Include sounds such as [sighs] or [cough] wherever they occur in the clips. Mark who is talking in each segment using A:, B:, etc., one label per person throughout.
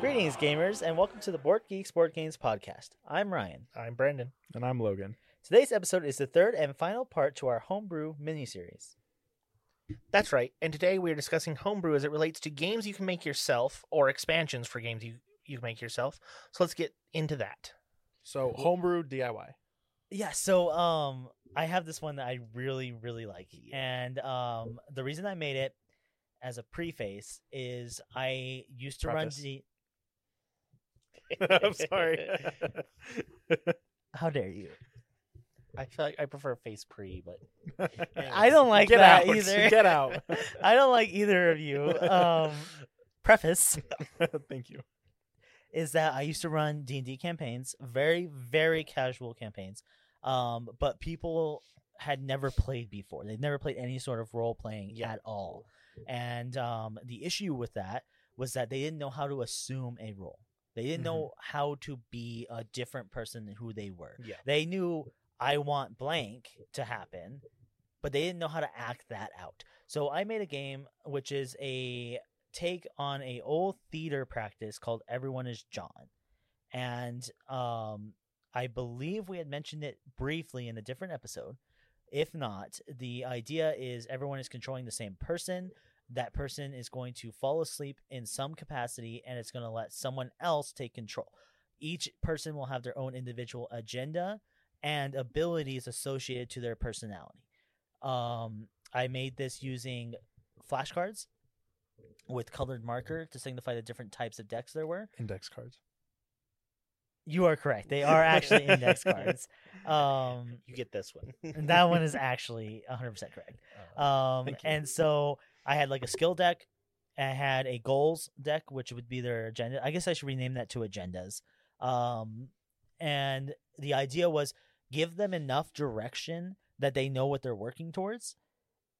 A: Greetings, gamers, and welcome to the Board Geeks Board Games Podcast. I'm Ryan.
B: I'm Brandon.
C: And I'm Logan.
A: Today's episode is the third and final part to our homebrew miniseries.
B: That's right. And today we are discussing homebrew as it relates to games you can make yourself or expansions for games you, you can make yourself. So let's get into that.
C: So homebrew DIY.
A: Yeah, so um, I have this one that I really, really like, and um, the reason I made it as a preface is I used to
C: Preface.
A: run D.
C: [laughs] I'm sorry.
A: How dare you?
B: I feel like I prefer face pre, but
C: [laughs]
A: I don't like
C: Get
A: that
C: out.
A: either.
C: [laughs]
B: [laughs]
C: Get out.
A: I don't like either of you. Um, preface.
C: Thank you.
A: is that I used to run D and D campaigns, very very casual campaigns, um, but people had never played before. They'd never played any sort of role playing
B: Yeah.
A: at all, and um, the issue with that was that they didn't know how to assume a role. They didn't
B: Mhm.
A: know how to be a different person than who they were.
B: Yeah.
A: They knew I want blank to happen, but they didn't know how to act that out. So I made a game which is a take on a old theater practice called Everyone is John. And um I believe we had mentioned it briefly in a different episode. If not, the idea is everyone is controlling the same person. That person is going to fall asleep in some capacity and it's going to let someone else take control. Each person will have their own individual agenda and abilities associated to their personality. Um, I made this using flashcards with colored marker to signify the different types of decks there were.
C: Index cards.
A: You are correct. They are actually index cards. Um,
B: you get this one.
C: [laughs]
B: Uh,
A: and that
B: [laughs]
A: one is actually 100% correct. Um,
C: Oh, Thank you.
A: and so I had like a skill deck. I had a goals deck, which would be their agenda. I guess I should rename that to agendas. Um, and the idea was give them enough direction that they know what they're working towards,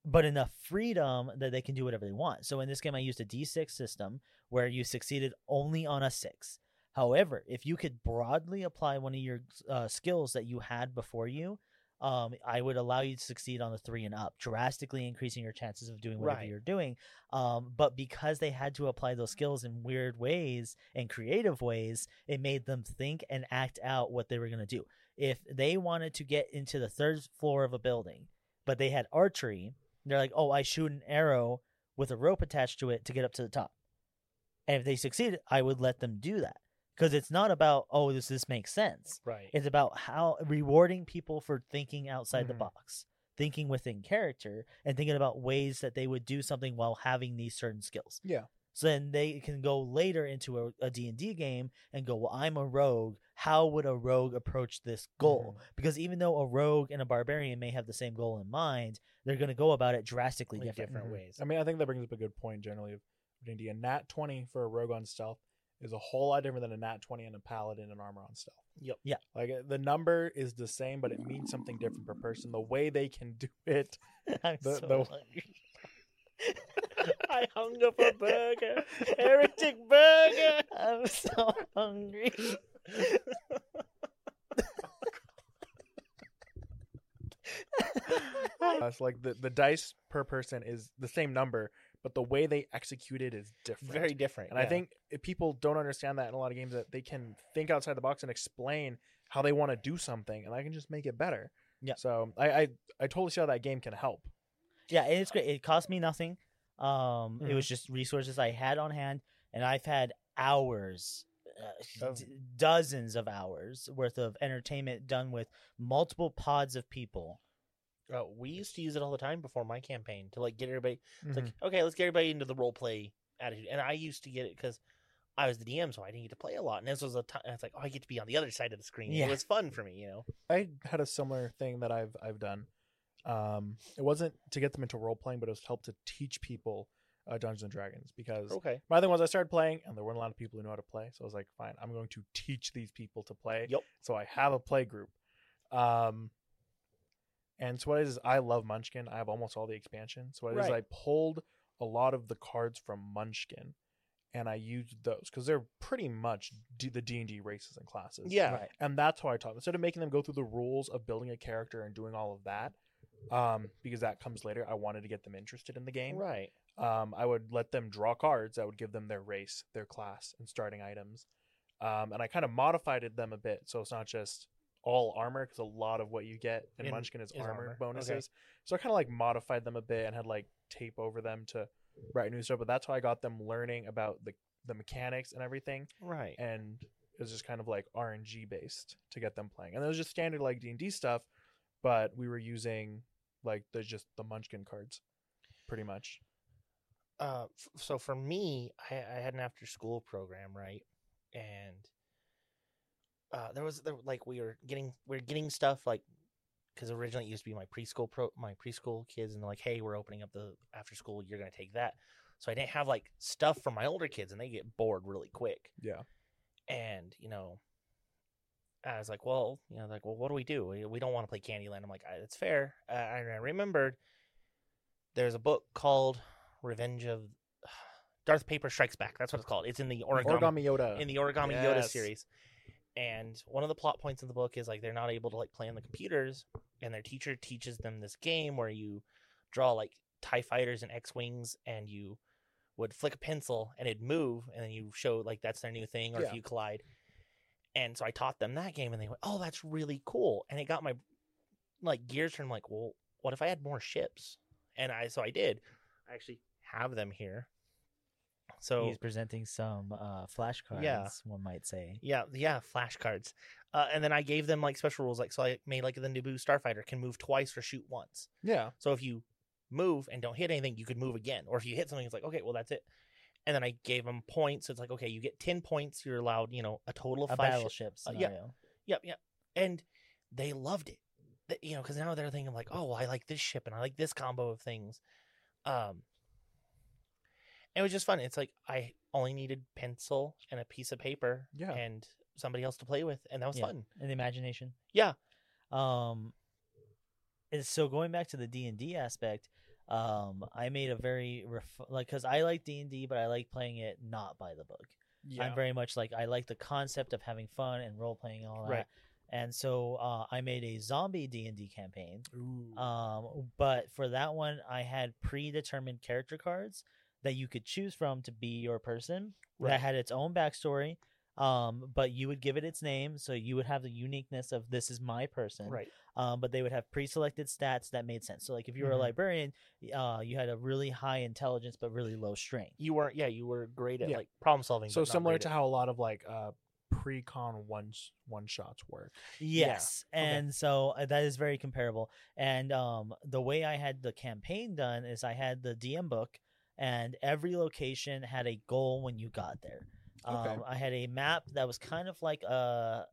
A: but enough freedom that they can do whatever they want. So in this game, I used a D6 system where you succeeded only on a six. However, if you could broadly apply one of your uh, skills that you had before you, um, I would allow you to succeed on the three and up, drastically increasing your chances of doing whatever
B: Right.
A: you're doing. Um, but because they had to apply those skills in weird ways and creative ways, it made them think and act out what they were going to do. If they wanted to get into the third floor of a building, but they had archery, they're like, oh, I shoot an arrow with a rope attached to it to get up to the top. And if they succeeded, I would let them do that because it's not about, oh, does this make sense?
B: right.
A: It's about how rewarding people for thinking outside the
B: Mhm.
A: box, thinking within character, and thinking about ways that they would do something while having these certain skills.
C: Yeah.
A: So then they can go later into a, a D&D game and go, well, I'm a rogue. How would a rogue approach this goal?
C: Mm-hmm.
A: Because even though a rogue and a barbarian may have the same goal in mind, they're going to go about it drastically
B: Like
A: different.
B: different
C: Mhm.
B: ways.
C: I mean, I think that brings up a good point generally of D&D. A nat 20 for a rogue on stealth is a whole lot different than a nat 20 and a paladin and armor on stealth.
B: Yep.
A: Yeah.
C: Like uh, the number is the same, but it means something different per person. The way they can do [laughs] it.
A: I'm
C: The-
A: so
B: [laughs]
C: the-
A: hungry.
B: I hung up a burger. Heretic burger.
A: I'm so hungry.
C: Uh, it's like the, the dice per person is the same number, but the way they execute it is different.
B: Very different.
C: And I
B: yeah.
C: think if people don't understand that in a lot of games that they can think outside the box and explain how they want to do something, and I can just make it better.
A: Yeah.
C: So I I, I totally see how that game can help.
A: yeah, it's great. It cost me nothing. Um,
B: Mm-hmm.
A: it was just resources I had on hand, and I've had hours, uh,
B: Oh.
C: Of-
A: d- dozens of hours worth of entertainment done with multiple pods of people.
B: uh, we used to use it all the time before my campaign to like get everybody It's like, okay, let's get everybody into the role play attitude. And I used to get it because I was the DM, so I didn't get to play a lot. And this was a time, it's like, oh, I get to be on the other side of the screen.
A: Yeah.
B: It was fun for me, you know?
C: I had a similar thing that I've I've done. Um, it wasn't to get them into role playing, but it was to help to teach people uh, Dungeons and Dragons because
B: Okay.
C: my thing was I started playing and there weren't a lot of people who know how to play, so I was like, fine, I'm going to teach these people to play.
B: Yep.
C: So I have a play group. Um, and so what it is, I love Munchkin. I have almost all the expansion. So what it is,
B: Right.
C: I pulled a lot of the cards from Munchkin, and I used those because they're pretty much D- the D and D races and classes
B: Yeah.
A: Right.
C: and that's how I taught. them. Instead of making them go through the rules of building a character and doing all of that, um, because that comes later, I wanted to get them interested in the game.
B: Right.
C: um, I would let them draw cards. I would give them their race, their class, and starting items. Um, and I kind of modified it them a bit, so it's not just all armor because a lot of what you get in,
B: In-
C: Munchkin is,
B: is
C: armor,
B: armor.
C: bonuses.
B: Okay.
C: So I kind of like modified them a bit and had like tape over them to write new stuff. But that's how I got them learning about the the mechanics and everything.
B: Right.
C: And it was just kind of like RNG based to get them playing. And it was just standard like D and D stuff, but we were using like the just the Munchkin cards, pretty much.
B: uh, f- so for me, I, I had an after school program, right? And uh, there was there, like we were getting we were getting stuff like because originally it used to be my preschool pro my preschool kids and they're like, hey, we're opening up the after school, you're gonna take that. So I didn't have like stuff for my older kids, and they get bored really quick.
C: Yeah.
B: And you know, I was like, well, you know, like, well, what do we do? We, we don't want to play Candyland. I'm like, "I- that's fair. Uh, and I remembered there's a book called Revenge of [sighs] Darth Paper Strikes Back. That's what it's called. It's in the origami,
C: Origami Yoda.
B: in the Origami Yoda
C: Yes.
B: series. And one of the plot points of the book is like they're not able to like play on the computers, and their teacher teaches them this game where you draw like Tie Fighters and X Wings, and you would flick a pencil and it'd move, and then you show like that's their new thing, or if
C: Yeah.
B: you collide. And so I taught them that game, and they went, "Oh, that's really cool!" And it got my like gears turned. Like, well, what if I had more ships? And I so I did. I actually have them here. So
A: He's presenting some uh, flashcards, one might say.
B: yeah, yeah, flashcards. Uh, and then I gave them like special rules, like so I made like the Naboo starfighter can move twice or shoot once.
C: yeah.
B: So if you move and don't hit anything, you could move again. Or if you hit something, it's like okay, well that's it. And then I gave them points. It's like okay, you get ten points. You're allowed, you know, a total of
A: A
B: five. shi-
A: battleship
B: uh, yeah.
A: scenario.
B: Yep, yep. And they loved it. Th- You know, because now they're thinking like, oh, I like this ship and I like this combo of things. Um, it was just fun. It's like I only needed pencil and a piece of paper,
C: Yeah.
B: and somebody else to play with, and that was
A: Yeah.
B: fun.
A: and the imagination.
B: Yeah.
A: Um and so going back to the D&D aspect, um I made a very ref- like cuz I like D&D but I like playing it not by the book.
C: Yeah.
A: I'm very much like I like the concept of having fun and role playing and all that.
B: Right.
A: And so uh, I made a zombie D&D campaign.
C: Ooh.
A: Um but for that one I had predetermined character cards that you could choose from to be your person that had its own backstory. Um, but you would give it its name, so you would have the uniqueness of this is my person.
B: right.
A: Um, but they would have pre-selected stats that made sense. So, like if you were
C: Mhm.
A: a librarian, uh, you had a really high intelligence but really low strength.
B: You weren't. Yeah, you were great at
C: Yeah.
B: like problem solving.
C: so
B: but not
C: similar
B: great
C: to
B: at-
C: how a lot of like uh pre-con one one shots work.
A: Yes,
B: Okay.
A: and so uh, that is very comparable. And um, the way I had the campaign done is I had the DM book, and every location had a goal when you got there. Um,
C: Okay.
A: I had a map that was kind of like a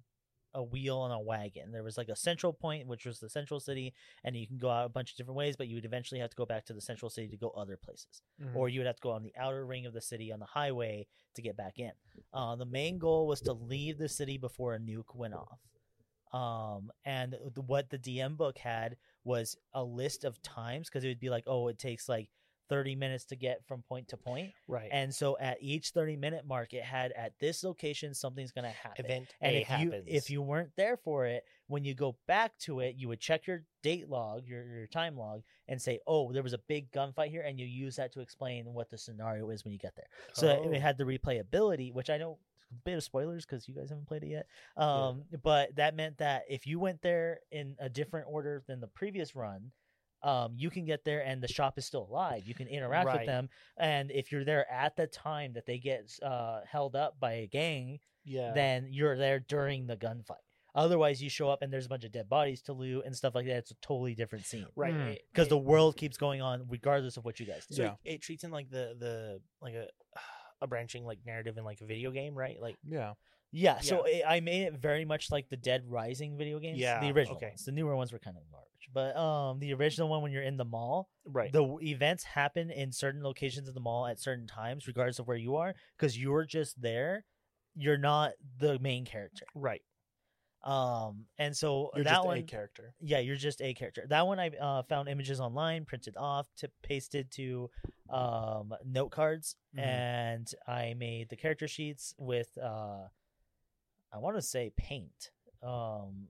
A: a wheel on a wagon. There was like a central point, which was the central city, and you can go out a bunch of different ways, but you would eventually have to go back to the central city to go other places
C: Mm-hmm.
A: or you would have to go on the outer ring of the city on the highway to get back in. Uh, the main goal was to leave the city before a nuke went off. Um, and th- what the DM book had was a list of times because it would be like, oh, it takes like 30 minutes to get from point to point.
B: right
A: And so at each 30 minute mark, it had at this location, something's going to happen.
B: [laughs] event
A: And
B: A
A: if
B: happens.
A: you if you weren't there for it, when you go back to it, you would check your date log, your your time log, and say, "Oh, there was a big gunfight here," and you use that to explain what the scenario is when you get there. So that
B: Oh.
A: it had the replayability, which I know a bit of spoilers because you guys haven't played it yet. Um, But that meant that if you went there in a different order than the previous run. Um, you can get there and the shop is still alive. You can interact
B: Right.
A: with them, and if you're there at the time that they get uh, held up by a gang,
B: yeah
A: then you're there during the gunfight. Otherwise, you show up and there's a bunch of dead bodies to loot and stuff like that. It's a totally different scene
B: right
C: Mm.
B: it-
A: because
B: it-
A: the world keeps going on regardless of what you guys do.
B: so
C: Yeah.
B: it, it treats in like the the like a [sighs] a branching like narrative in like a video game, right? Like
C: Yeah.
A: Yeah, so it, I made it very much like the Dead Rising video games.
B: Yeah,
A: the original
B: okay.
A: ones. The newer ones were kind of garbage, but um, the original one when you're in the mall,
B: right.
A: the w- events happen in certain locations of the mall at certain times, regardless of where you are, because you're just there. You're not the main character.
B: Right.
A: Um, and so
C: You're
A: that
C: just
A: one
C: a character.
A: yeah, you're just a character. That one I uh, found images online, printed off, t- pasted to um, note cards,
C: Mhm.
A: and I made the character sheets with uh, I want to say Paint, um,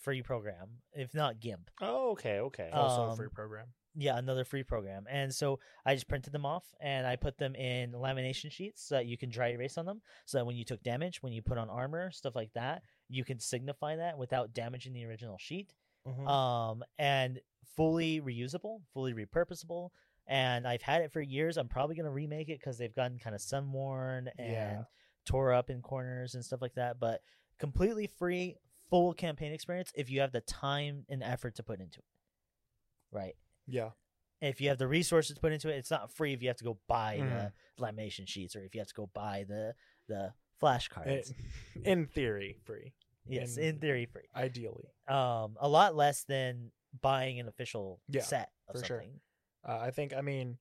A: free program, if not GIMP.
B: Oh, okay, okay.
A: Uh,
C: Also a
A: Um,
C: free program.
A: yeah, another free program. And so I just printed them off and I put them in lamination sheets so that you can dry erase on them. So that when you took damage, when you put on armor, stuff like that, you can signify that without damaging the original sheet.
C: Mm-hmm.
B: Mhm.
A: Um, and fully reusable, fully repurposable. And I've had it for years. I'm probably gonna remake it because they've gotten kind of sun worn and
C: Yeah.
A: tore up in corners and stuff like that. But completely free, full campaign experience if you have the time and effort to put into it. Right
C: Yeah.
A: if you have the resources put into it, it's not free if you have to go buy
C: Mhm.
A: the lamination sheets or if you have to go buy the the flashcards.
C: In- in theory, free.
A: yes,
C: in-
A: in theory free.
C: Ideally.
A: Um a lot less than buying an official
C: Yeah,
A: set of
C: for sure.
A: something.
C: Uh, I think I mean,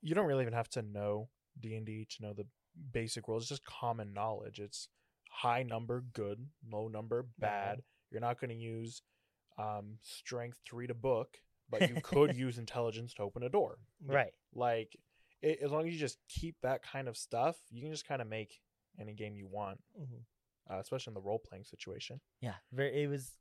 C: you don't really even have to know D and D to know the basic rules. It's just common knowledge. It's high number good, low number bad. You're not going to use um, strength three to book, but you could use intelligence to open a door.
A: Right.
C: Like it, as long as you just keep that kind of stuff, you can just kind of make any game you want,
B: Mhm.
C: uh, especially in the role playing situation.
A: Yeah. Very, it was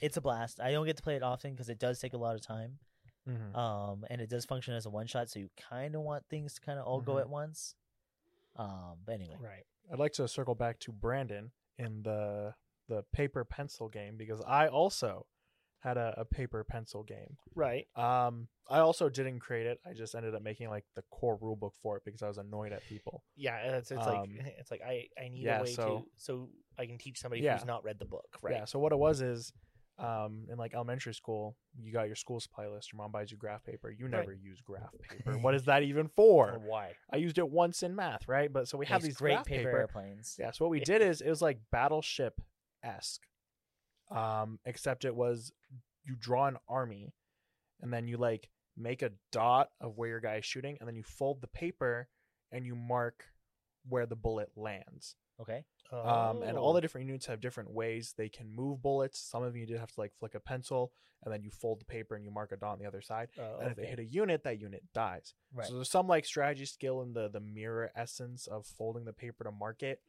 A: it's a blast. I don't get to play it often because it does take a lot of time.
C: Mm-hmm.
A: Um and it does function as a one shot, so you kinda want things to kinda all go
C: Mhm.
A: at once. Um but anyway.
B: Right.
C: I'd like to circle back to Brandon in the the paper pencil game because I also had a, a paper pencil game.
B: Right.
C: Um, I also didn't create it. I just ended up making like the core rule book for it because I was annoyed at people.
B: Yeah, and it's, it's
C: Um,
B: like [laughs] it's like I, I need
C: yeah,
B: a way to
C: so-
B: so I can teach somebody
C: Yeah.
B: who's not read the book, right?
C: Yeah. So what it was is, um, in like elementary school, you got your school supply list. Your mom buys you graph paper. You
B: Right.
C: never use graph paper. what is that even for?
B: Or [laughs] why?
C: I used it once in math, right? But so we have
A: Makes
C: these
A: great
C: graph
A: paper,
C: paper
A: airplanes.
C: Yeah, so what we did is it was like battleship esque. Um, except it was you draw an army and then you like make a dot of where your guy is shooting, and then you fold the paper and you mark where the bullet lands.
A: Okay.
C: Um, and all the
B: Oh.
C: different units have different ways they can move bullets. Some of you did have to like flick a pencil, and then you fold the paper and you mark a dot on the other side.
B: Oh,
C: And if they
B: okay.
C: hit a unit, that unit dies.
A: Right.
C: So there's some like strategy skill in the the mirror essence of folding the paper to market.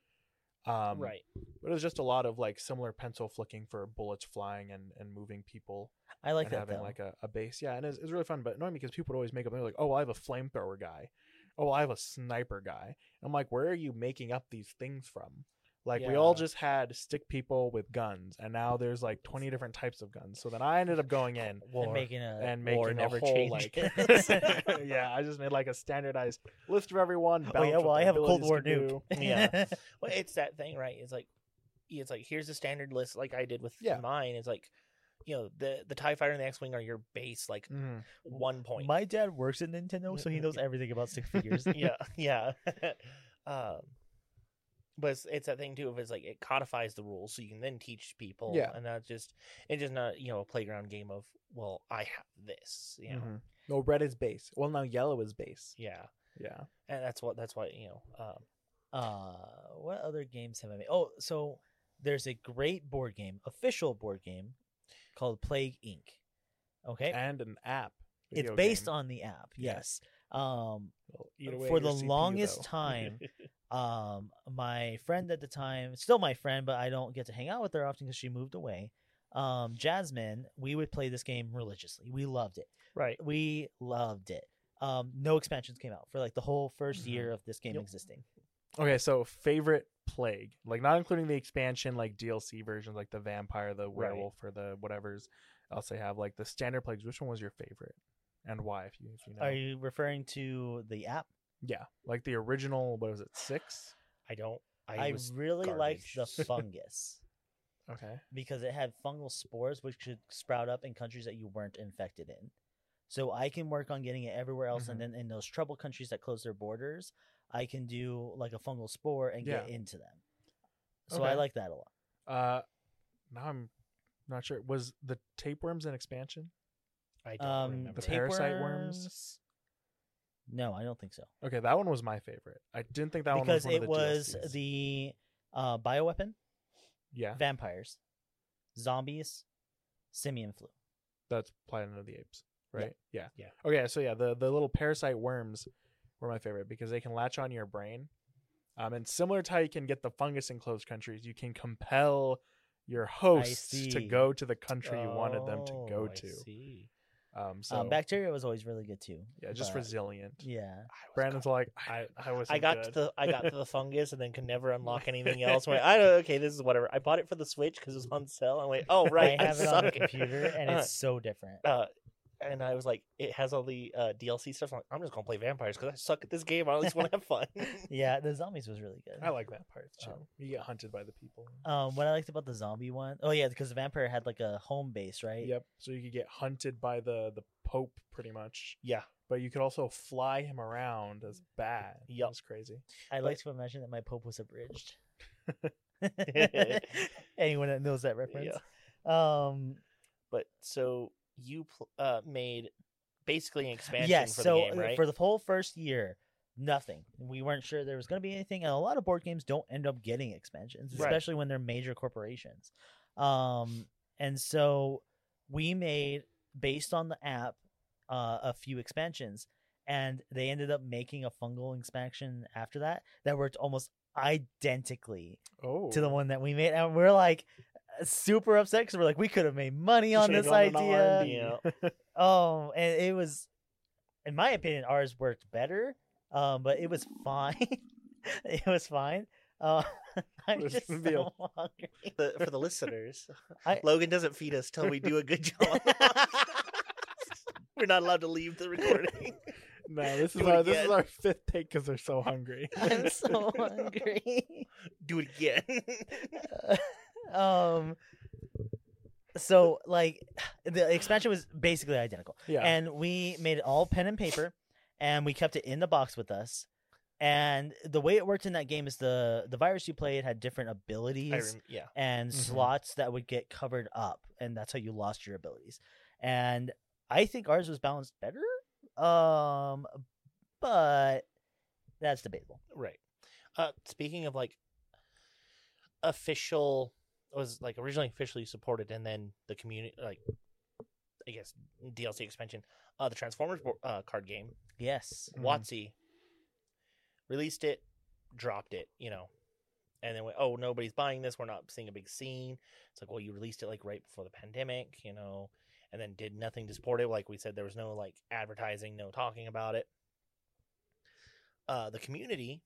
C: Um,
B: right.
C: But it was just a lot of like similar pencil flicking for bullets flying and, and moving people
A: I like
C: and
A: that
C: having
A: though.
C: like a, a base. Yeah, and it's it's really fun, but annoying because people would always make up. They're like, oh, I have a flamethrower guy. Oh, I have a sniper guy. I'm like, where are you making up these things from? Like we all
B: Yeah.
C: just had stick people with guns, and now there's like 20 different types of guns. So then I ended up
A: [laughs]
C: going in
A: and making a
C: and
B: war
C: making a
B: never
C: whole like
B: changes.
C: yeah i just made like [laughs] a standardized list of everyone
A: [laughs] Oh
C: balance
A: yeah,
C: what
A: well I
C: their
A: have a Cold
C: abilities
A: War
C: can
A: nuke. [laughs]
C: do.
B: Yeah. Well, it's that thing, right? It's like, yeah, it's like here's the standard list, like I did with
C: Yeah.
B: mine. It's like, you know, the the Tie Fighter and the X Wing are your base, like
C: Mhm.
B: one point.
A: My dad works at Nintendo, so he
C: [laughs]
A: knows everything about stick figures. [laughs]
B: yeah, yeah. [laughs] um, but it's, it's that thing too of it's like it codifies the rules, so you can then teach people.
C: Yeah.
B: and not just it's just not you know a playground game of well I have this, you know.
A: Mm-hmm.
C: Mhm. no red is base well no yellow is base
B: Yeah,
C: yeah
B: and that's what that's why you know. Um,
A: Uh, what other games have I made? Oh, so there's a great board game, official board game, called Plague Inc. Okay,
C: and an app
A: it's based on the app.
C: Yeah.
A: Yes. Um, for the longest
B: [laughs]
A: time, um, my friend at the time, still my friend, but I don't get to hang out with her often because she moved away. Um, Jasmine, we would play this game religiously. We loved it.
B: right?
A: We loved it. Um, no expansions came out for like the whole 1st
C: Mhm.
A: year of this game
B: Mm-hmm. Yep.
A: existing.
C: okay so favorite plague like not including the expansion like dlc versions like the vampire the werewolf or the whatever's else they have like the standard plagues which one was your favorite and why if you if you know
A: Are you referring to the app?
C: yeah like the original what was it six
B: I don't. I,
A: I,
B: was,
A: really liked the
B: garbage. [laughs]
A: fungus
C: okay
A: because it had fungal spores which could sprout up in countries that you weren't infected in. So I can work on getting it everywhere else, and
C: Mm-hmm.
A: then in those trouble countries that close their borders, I can do like a fungal spore and get into them. So I
C: Okay.
A: like that a lot.
C: Uh, now I'm not sure. Was the tapeworms an expansion?
B: I don't
A: Um,
B: remember.
C: The parasite worms?
A: tapeworms? No, I don't think so.
C: Okay, that one was my favorite. I didn't think that
A: because
C: one was one
A: it
C: of
A: was
C: the DLCs.
A: the uh, bioweapon,
C: yeah.
A: vampires, zombies, simian flu. Uh,
C: That's Planet of the Apes,
A: Yeah.
C: right? Yeah.
B: Yeah.
C: Okay, so yeah, the the little parasite worms were my favorite because they can latch on your brain. Um, and similar to how you can get the fungus in closed countries, you can compel your hosts to
A: see.
C: go to the country you wanted them to
B: Oh,
C: go
B: I
C: to.
B: see. Uh,
C: Um, so
A: um, bacteria was always really good too.
C: yeah, just
A: but-
C: resilient.
A: Yeah.
C: Brandon's like, I,
B: I-
C: I was.
B: I got to the I got to the fungus and then
A: [laughs]
B: could never unlock anything else. I'm like, I don't okay, this is whatever. I bought it for the Switch because it was on sale. I'm like, oh
A: [laughs]
B: right, [laughs]
A: I have it on the
B: suck.
A: computer, and
B: Uh,
A: it's so different.
B: uh, and I was like, it has all the uh, DLC stuff. I'm like, I'm just gonna play vampires because I suck at this game. I at least
A: [laughs]
B: want to have fun.
A: Yeah, the zombies was really good.
C: I like vampires. too.
B: Oh.
A: Um,
C: you get hunted by the people.
A: Um, what I liked about the zombie one, oh yeah, because the vampire had like a home base, right?
C: Yep. So you could get hunted by the the Pope, pretty much.
B: yeah,
C: But you could also fly him around as bad.
B: Yup.
C: That's crazy.
A: I like to imagine that my pope was abridged. [laughs] Anyone that knows that reference. Um,
B: but so you pl- uh, made basically an expansion
A: yes.
B: for
A: So
B: the game,
A: uh,
B: right?
A: for the whole first year, nothing. We weren't sure there was going to be anything, and a lot of board games don't end up getting expansions,
B: Right.
A: especially when they're major corporations. Um, and so we made based on the app uh, a few expansions, and they ended up making a fungal expansion after that that worked almost identically
C: Oh.
A: to the one that we made, and we're like super upset because we're like we could have made money on this idea.
B: idea. [laughs]
A: [laughs] Oh, and it was, in my opinion, ours worked better. Um, but it was fine. [laughs] it was fine. Uh, [laughs] I'm
C: This
A: just
C: would be a-
A: so hungry.
B: the, for the listeners,
A: I-
B: [laughs] Logan doesn't feed us till we do a [laughs] good job.
C: [laughs]
B: We're not allowed to leave the [laughs] recording.
C: no, this is
B: Do it
C: our this is
B: again.
C: our fifth take because they're so
B: [laughs]
C: hungry.
A: [laughs] I'm so hungry. [laughs]
B: Do it again.
A: um, so like, the expansion was basically identical,
C: [laughs] yeah.
A: and we made it all pen and paper, and we kept it in the box with us. And the way it worked in that game is the the virus you played had different abilities.
B: I rem- yeah.
A: and
C: Mhm.
A: slots that would get covered up, and that's how you lost your abilities. And I think ours was balanced better, um, but that's debatable.
B: Right. Uh, speaking of like official it was like originally officially supported and then the community like I guess DLC expansion, uh, the Transformers bo- uh, card game,
A: Yes,
C: Mhm.
B: Watsy released it, dropped it, you know, and then went, oh, nobody's buying this. We're not seeing a big scene. It's like, well, you released it like right before the pandemic, you know, and then did nothing to support it. Like we said, there was no like advertising, no talking about it. Uh, the community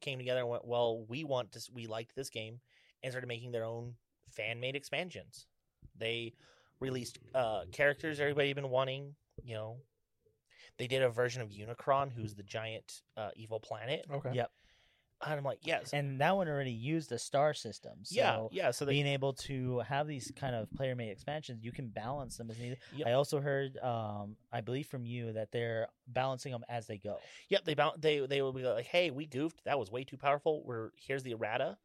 B: came together and went, well, we want to, s- we liked this game and started making their own fan made expansions. They released uh, characters everybody had been wanting, you know. They did a version of Unicron, who's the giant uh, evil planet.
C: okay.
A: yeah.
B: And I'm like, yes.
A: Oh. and that one already used the star system. So
B: yeah, yeah. So they
A: being able to have these kind of player made expansions, you can balance them as needed.
B: Yep.
A: I also heard, um, I believe from you that they're balancing them as they go.
B: Yep, they bound, they they will be like, "Hey, we goofed. That was way too powerful. We're here's the errata."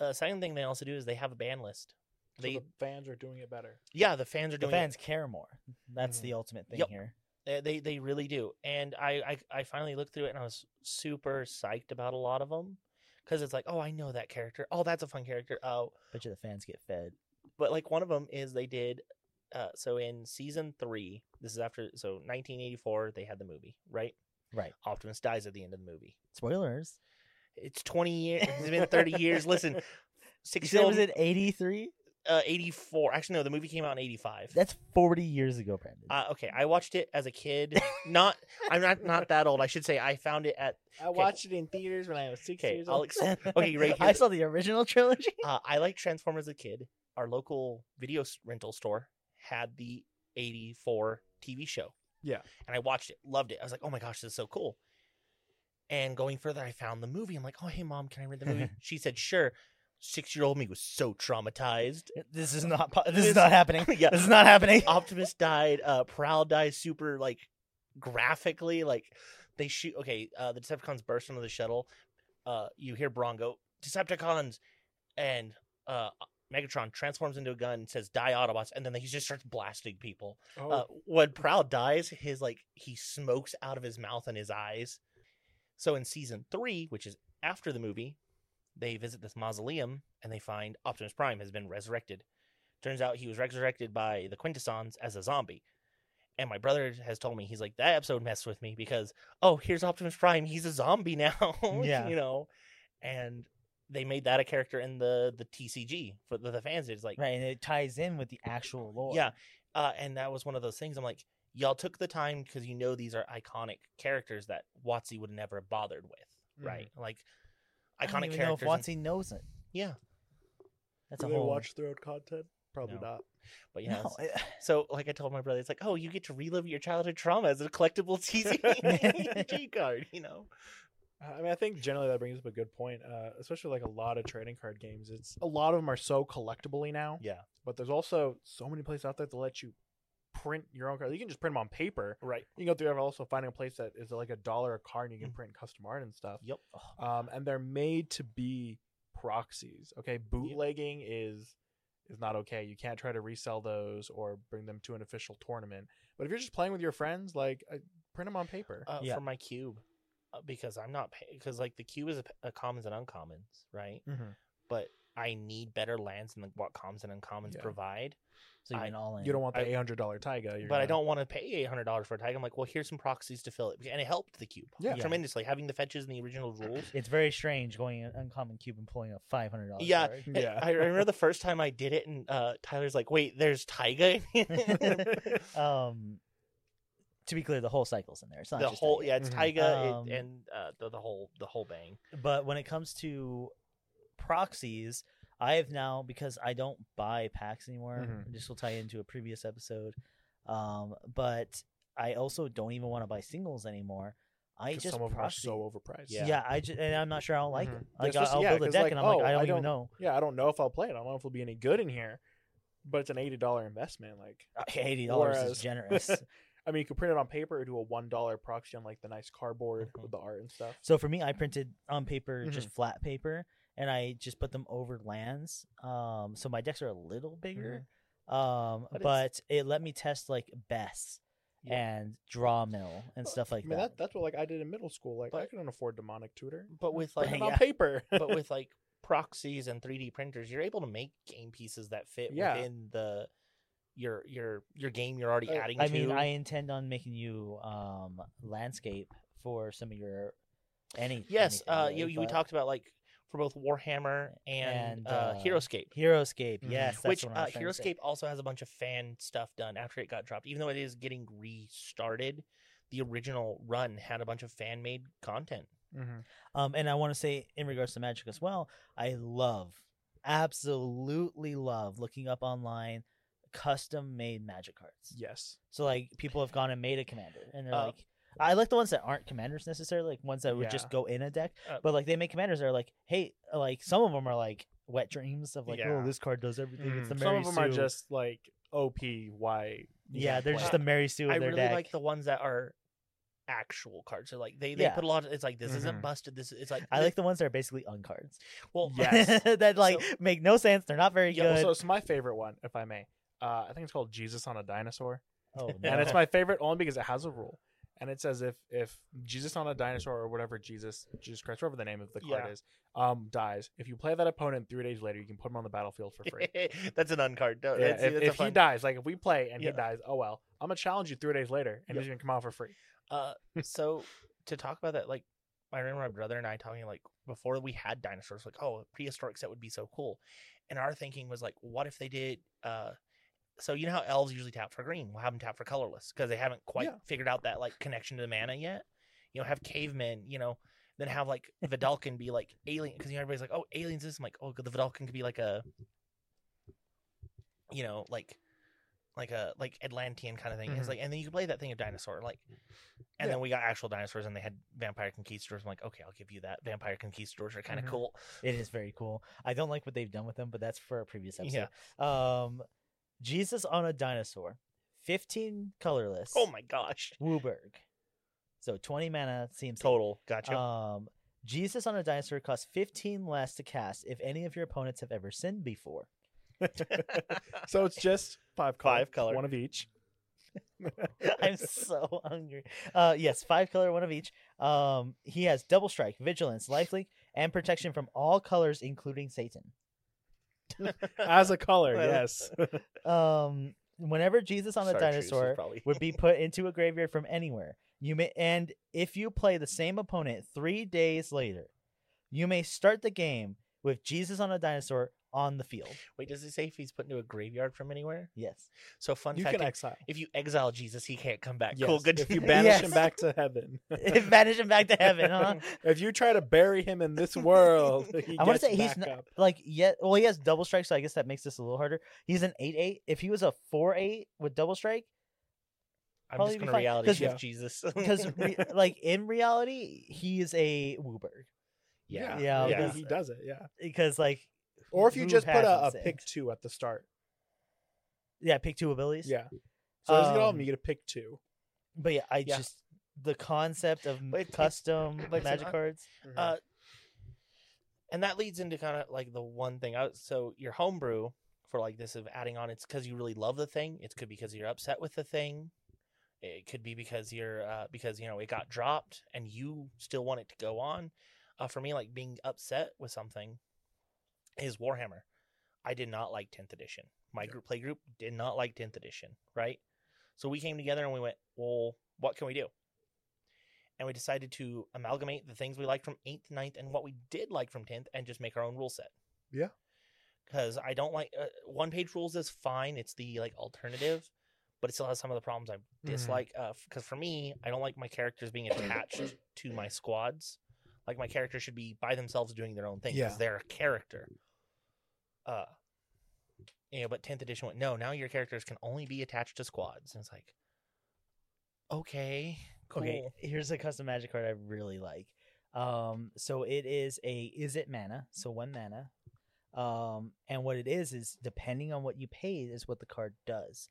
B: Uh, second thing they also do is they have a ban list.
C: So
B: They
C: the fans are doing it better.
B: yeah, the fans are
A: The
B: doing Mm-hmm.
A: fans care more. That's
C: Mhm.
A: the ultimate thing
B: Yep.
A: here.
B: It. They, they they really do. And I, I I finally looked through it and I was super psyched about a lot of them because it's like, oh, I know that character. Oh, that's a fun character. Oh,
A: Bet you the fans get fed.
B: but like one of them is they did. Uh, so in season three, this is after so 1984, they had the movie right.
A: Right.
B: Optimus dies at the end of the movie.
A: Spoilers.
B: It's 20 years. [laughs] It's been 30
A: [laughs]
B: years.
C: [laughs]
B: Listen.
A: You
B: Six
A: said it was in '83.
B: uh, 84. Actually, no, the movie came out in 85.
A: That's 40 years ago, Brandon.
B: Uh, okay, I watched it as
A: [laughs]
B: a kid. Not, I'm not not that old. I should say I found it at.
C: I
B: watched
C: it in theaters when I was six
B: Okay, I'll ex- Uh, [laughs] okay, right
A: [laughs] I
B: here.
A: saw the original trilogy. [laughs]
B: [laughs] uh, I like Transformers as a kid. Our local video s- rental store had the 84 TV show.
C: Yeah.
B: and I watched it, loved it. I was like, oh my gosh, this is so cool. And going further, I found the movie. I'm like, oh hey mom, can I rent the movie? she said, sure. Six year old me was so traumatized.
A: This is not. po- This,
B: This-
A: is not happening.
B: [laughs] Yeah.
A: This is not [laughs] happening.
B: Optimus died. Uh, Prowl dies. Super like graphically. Like they shoot. Okay, uh, the Decepticons burst into the shuttle. Uh, you hear Brawn go Decepticons, and uh, Megatron transforms into a gun, says "Die Autobots," and then he just starts blasting people.
C: Oh,
B: Uh, when Prowl dies, his like he smokes out of his mouth and his eyes. So in season three, which is after the movie, they visit this mausoleum and they find Optimus Prime has been resurrected. Turns out he was resurrected by the Quintessons as a zombie. And my brother has told me he's like that episode messed with me because oh here's Optimus Prime he's a zombie [laughs] now
A: Yeah.
B: you know, and they made that a character in the the TCG for the, the fans. It's like
A: right, and it ties in with the actual lore.
B: yeah, uh, and that was one of those things. I'm like, y'all took the time because you know these are iconic characters that Watsy would never have bothered with,
C: Mhm.
B: right? Like
A: Mm. I don't
B: iconic
A: even
B: characters.
A: Know if Watsy
B: and-
A: knows it.
B: yeah,
A: That's
C: Do
A: a
C: they
A: whole. [laughs]
C: watch their own content? Probably
B: No. [laughs]
C: not.
B: but yeah.
A: No,
B: it's-
A: it-
B: So, like I told my brother, it's like, oh, you get to relive your childhood trauma as a collectible
A: [laughs]
C: [laughs]
B: TCG card, you know?
C: I mean, I think generally that brings up a good point, uh, especially like a lot of trading card games. It's a lot of them are so collectibly now,
B: Yeah,
C: but there's also so many places out there to let you print your own cards. You can just print them on paper.
B: right.
C: You can go through also finding a place that is like a dollar a card, and you can
B: Mm.
C: print custom art and stuff.
B: Yep.
C: Um, and they're made to be proxies. Okay, bootlegging is is not okay. You can't try to resell those or bring them to an official tournament. But if you're just playing with your friends, like uh, print them on paper.
B: Uh,
A: Yeah.
B: For my cube, uh, because I'm not because like the cube is a, a commons and uncommons, right?
C: Mhm.
B: But I need better lands than what commons and uncommons
C: Yeah.
B: provide.
A: so you
B: I-
A: mean all in?
C: You don't want the
B: I-
C: eight hundred dollar taiga, you're
B: but I
C: gonna-
B: don't want to pay eight hundred dollars for a tag. I'm like, well, here's some proxies to fill it, and it helped the cube
C: Yeah.
A: Yeah.
B: tremendously. Having the fetches and the [clears throat] original rules.
A: It's very strange going an uncommon cube and pulling a five hundred dollars.
B: Yeah.
A: Card.
B: I- I, remember the first time I did it, and uh, Tyler's like, "Wait, there's Tyga." [laughs] the
A: Um. To be clear, the whole cycle's in there.
B: [laughs]
A: It's not just
B: whole
A: that.
B: yeah, it's
C: Mhm.
B: Tyga
A: Um,
B: it, and uh, the, the whole the whole bang.
A: But when it comes to proxies, I have now because I don't buy packs anymore.
C: Mhm.
A: This will tie into a previous episode. Um, but I also don't even want to buy singles anymore. I
C: 'cause
A: just
C: some of them are
A: proxy.
C: so overpriced.
A: yeah.
B: Yeah.
A: I just and I'm not sure I don't like
C: Mhm.
A: them.
C: Yeah,
A: Like
C: especially-
A: I'll
C: yeah,
A: build a
C: 'cause,
A: deck
C: like,
A: and I'm like
C: oh,
A: I
C: I
A: don't, even
C: don't-
A: know. [laughs]
C: Yeah, I don't know if I'll play it. I don't know if it'll be any good in here, but it's an eighty dollar investment. Like,
A: Eighty dollars is
C: Whereas-
A: generous.
C: I mean, you could print it on paper or do a one dollar proxy on like the nice cardboard
B: Mhm.
C: with the art and stuff.
A: Mm-hmm. So for me, I printed on paper,
B: Mm-hmm.
A: just flat paper, and I just put them over lands. Um, so my decks are a little bigger. Um,
B: Mm-hmm. But
A: but,
B: it's-
A: it let me test like Bess
B: Yeah.
A: and Draw Mill and stuff like
C: I mean,
A: that.
C: That's what like I did in middle school. Like I
B: But-
C: couldn't afford demonic tutor,
B: But with
C: Print
B: like,
C: it on
A: yeah.
C: paper. [laughs]
B: but [laughs] with like proxies and 3D printers, you're able to make game pieces that fit
C: Yeah.
B: within the your your your game you're already
C: Uh,
B: adding.
A: I
B: to.
A: mean, I intend on making you um landscape for some of your any
B: yes,
A: anything
B: uh,
A: really,
B: you, you we
A: but
B: talked about like for both Warhammer and,
A: And,
B: uh,
A: uh,
B: Heroescape.
A: Heroescape.
C: Mhm.
A: Yes, that's
B: which
A: what I
B: uh,
A: was trying to say.
B: Heroescape also has a bunch of fan stuff done after it got dropped. Even though it is getting restarted, the original run had a bunch of fan made content.
C: Mhm.
A: Um, and I want to say in regards to Magic as well, I love, absolutely love looking up online custom made Magic cards.
C: Yes,
A: So like people have gone and made a commander, and they're
B: Uh,
A: like, I like the ones that aren't commanders necessarily, like ones that would
C: Yeah.
A: just go in a deck.
B: Uh,
A: but like they make commanders that are like, hey, like some of them are like wet dreams of like,
B: Yeah. Mm,
A: oh, this card does everything. It's the
C: Mhm.
A: Mary
C: some of them are
A: Sue.
C: just like op. Why? you
A: yeah,
C: can't
A: they're
C: play
A: just
C: it.
A: the Mary Sue of
B: I
A: their
B: really
A: deck.
B: like the ones that are actual cards. So like they, they
A: Yeah. Mm-hmm.
B: put a lot. Of, it's like this isn't
C: Mhm.
B: busted. This it's like
A: I like
B: [laughs]
A: the ones that are basically uncards.
B: well
C: Yeah. Yes.
A: [laughs] that like
B: So-
A: make no sense. They're not very
B: Yeah,
A: good.
C: So it's my favorite one, if I may. Uh, I think it's called Jesus on a Dinosaur.
B: [laughs]
A: oh, no.
C: and it's my favorite only because it has a rule and it says if if jesus on a dinosaur or whatever jesus jesus christ whatever the name of the card
B: Yeah.
C: is um dies if you play that opponent three days later you can put him on the battlefield
B: [laughs]
C: for free
B: that's an uncard. No,
C: Yeah,
B: that's,
C: if
B: that's a
C: if he
B: fun-
C: dies like if we play and
B: Yeah.
C: he dies oh well i'm gonna challenge you three days later
B: Yep.
C: and he's gonna come out
B: [laughs]
C: for free
B: Uh, so to talk about that, like I remember my brother and I talking like before we had dinosaurs, like oh, a prehistoric set would be so cool, and our thinking was like, what if they did? uh So you know how elves usually tap for green, we'll have them tap for colorless because they haven't quite
C: Yeah.
B: figured out that like connection to the mana yet. You know, have cavemen, you know, then have like Vidalcan be like alien because you know everybody's like, oh, aliens this, I'm like, oh, the Vidalcan could be like a, you know, like. Like a like Atlantean kind of thing. It's
C: Mhm.
B: like, and then you can play that thing of dinosaur. Like, and
C: Yeah.
B: then we got actual dinosaurs, and they had vampire conquistadors. I'm like, okay, I'll give you that. Vampire conquistadors are kind of
C: Mhm.
B: cool.
A: It is very cool. I don't like what they've done with them, but that's for a previous
B: Yeah.
A: episode. Um, Jesus on a dinosaur, fifteen colorless.
B: Oh my gosh.
A: Wooberg. So twenty mana seems
B: Total. Gotcha.
A: Um, Jesus on a dinosaur costs fifteen less to cast if any of your opponents have ever sinned before. [laughs]
C: Uh,
B: [laughs]
C: so it's just five color,
B: Five color.
C: one
B: [laughs]
C: of each
A: I'm so hungry. Uh, yes, five color, one of each. Um, he has double strike, vigilance, lifelink, and protection from all colors, including Satan.
C: [laughs] as a color
B: Well, [laughs]
C: yes
A: Um, whenever Jesus on a
B: Sartreuse is
A: dinosaur
B: probably.
A: would be put into a graveyard from anywhere. You may and if you play the same opponent three days later, you may start the game with Jesus on a dinosaur on the field.
B: Wait, does it say if he's put into a graveyard from anywhere?
A: Yes. [laughs]
B: So fun
C: You
B: fact:
C: can
B: if-
C: exile.
B: if you exile Jesus, he can't come back.
C: Yes,
B: Cool, good.
C: If
B: [laughs]
C: you
B: to-
C: banish
A: Yes.
C: him back to heaven, [laughs]
A: Vanish him back to heaven, huh?
C: if you try to bury him
B: [laughs]
C: in this world, [laughs] he
A: I wanna
C: gets
A: say he's
C: back
A: not-
C: up.
A: Like, yet, well, he has double strike, so I guess that makes this a little harder. He's an 8 8. If he was a 4 8 with double strike,
B: I'm
A: probably
B: just
A: be
B: gonna
A: fine,
B: reality
A: 'cause-
B: shift [laughs] Jesus
A: because,
C: [laughs]
A: re- like, in reality, he is a Wooberg.
B: yeah,
A: Yeah,
C: he-
A: because-
C: he does it. Yeah,
A: Because, like,
C: or if you
A: Who
C: just put a, a
A: hasn't
C: pick
A: saved?
C: two at the start.
A: yeah, pick two abilities.
C: Yeah, so doesn't get all of
A: Um,
C: them. You get a pick two.
A: But yeah, I
B: Yeah.
A: just, the concept of m-
B: But it's-
A: custom
B: but it's an
A: magic
B: un-
A: cards.
C: Mm-hmm.
B: Uh, and that leads into kind of like the one thing. I, was- so your homebrew for like this of adding on, it's because you really love the thing. It could be because you're upset with the thing. It could be because you're uh, because you know it got dropped and you still want it to go on. Uh, for me, like being upset with something is Warhammer. I did not like 10th edition. My group play group did not like 10th edition, right? So we came together and we went, well, what can we do? And we decided to amalgamate the things we liked from 8th, 9th, and what we did like from 10th and just make our own rule set.
C: Yeah.
B: Because I don't like uh, one page rules is fine. It's the like alternative, but it still has some of the problems I
C: Mm-hmm.
B: dislike. Because for me, I don't like my characters being
C: [coughs]
B: attached to my squads. Like my characters should be by themselves doing their own thing because
C: Yeah.
B: they're a character uh you know but 10th edition went no now your characters can only be attached to squads and it's like okay cool
A: Okay, here's a custom magic card I really like. Um, so it is a is it mana? So one mana. Um, and what it is is depending on what you paid is what the card does.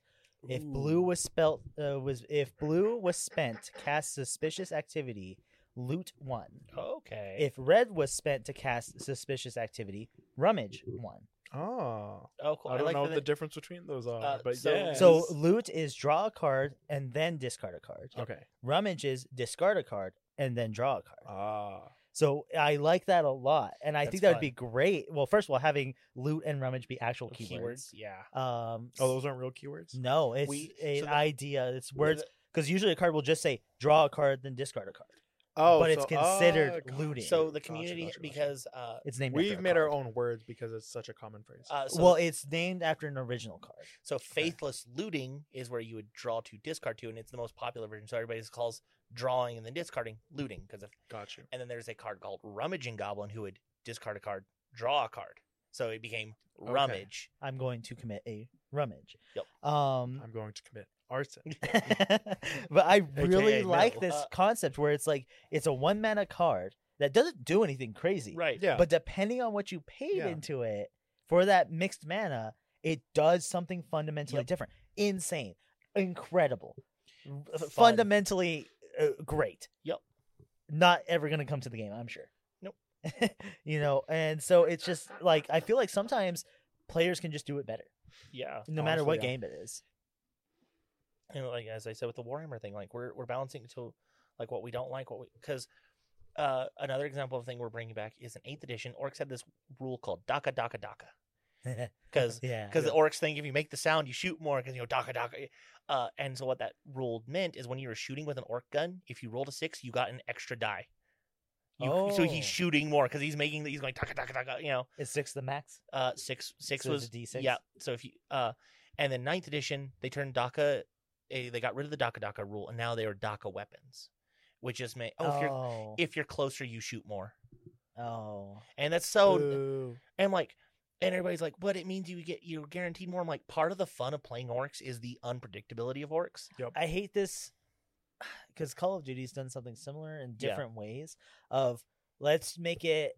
A: If blue was spelt uh, was if blue was spent cast suspicious activity, loot one.
B: okay
A: If red was spent to cast suspicious activity, rummage one.
C: oh,
B: oh cool
C: I don't
B: like
C: know
B: the
C: what the difference between those are,
B: Uh,
C: but
B: so-
C: yeah.
A: So
B: Yes.
A: loot is draw a card and then discard a card.
C: okay,
A: Rummage is discard a card and then draw a card.
C: ah,
A: So I like that a lot, and I
B: That's
A: think that
B: fun.
A: would be great. Well, first of all, having loot and rummage be actual
B: the
A: keywords.
B: yeah
A: Um,
C: oh, those aren't real keywords.
A: no, it's
B: We-
A: an
B: so the-
A: idea. It's words
B: Th-
A: because usually a card will just say draw a card, then discard a card.
C: Oh,
A: But it's considered
C: gotcha.
A: looting.
B: so the
C: Gotcha,
B: community
C: gotcha, gotcha.
B: because uh
A: It's named. after
C: we've
A: a
C: made our
A: card.
C: own words because it's such a common phrase.
B: uh, so,
A: well, it's named after an original card.
B: so faithless looting is where you would draw to discard to, and it's the most popular version. So everybody just calls drawing and then discarding looting because if
C: Got you.
B: and then there's a card called rummaging goblin who would discard a card, draw a card. So it became
C: Okay.
B: rummage.
A: I'm going to commit a rummage.
B: Yep.
A: Um,
C: I'm [laughs] going to commit arson.
A: [laughs] but I really
C: AKA
A: like
C: no.
A: this
B: Uh,
A: concept where it's like it's a one mana card that doesn't do anything crazy.
B: Right.
C: Yeah,
A: But depending on what you paid
C: Yeah.
A: into it for that mixed mana, it does something fundamentally
B: Yep.
A: different. Insane. Incredible.
B: Fun.
A: Fundamentally uh, great.
B: Yep.
A: Not ever going to come to the game, I'm sure.
B: Nope.
A: [laughs] you know, and so it's just like, I feel like sometimes players can just do it better,
B: Yeah.
A: no matter
C: Honestly,
A: what
C: yeah.
A: game it is. [laughs]
B: And like as I said with the Warhammer thing, like we're we're balancing to like what we don't like, what we because uh, another example of thing we're bringing back is an eighth edition. Orcs had this rule called Daka Daka Daka because
A: yeah.
B: because the orcs thing, if you make the sound, you shoot more. Because you know, daka daka. Uh, and so what that rule meant is when you were shooting with an orc gun, if you rolled a six, you got an extra die. You,
A: Oh.
B: So he's shooting more because he's making he's going daka daka daka. You know,
A: Is six the max?
B: uh, six six
A: So it's
B: was
A: a D6?
B: Yeah. So if you uh, and then ninth edition, they turned daka. eh, They got rid of the daka daka rule, and now they are daka weapons, which just meant oh, if you're
A: oh.
B: if you're closer, you shoot more.
A: oh.
B: And that's so.
C: Boo.
A: [laughs]
B: And like, and everybody's like, but it means you get you're guaranteed more. I'm like, part of the fun of playing orcs is the unpredictability of orcs.
A: I hate this [sighs] because Call of Duty's done something similar in
B: Yeah.
A: different ways. Of let's make it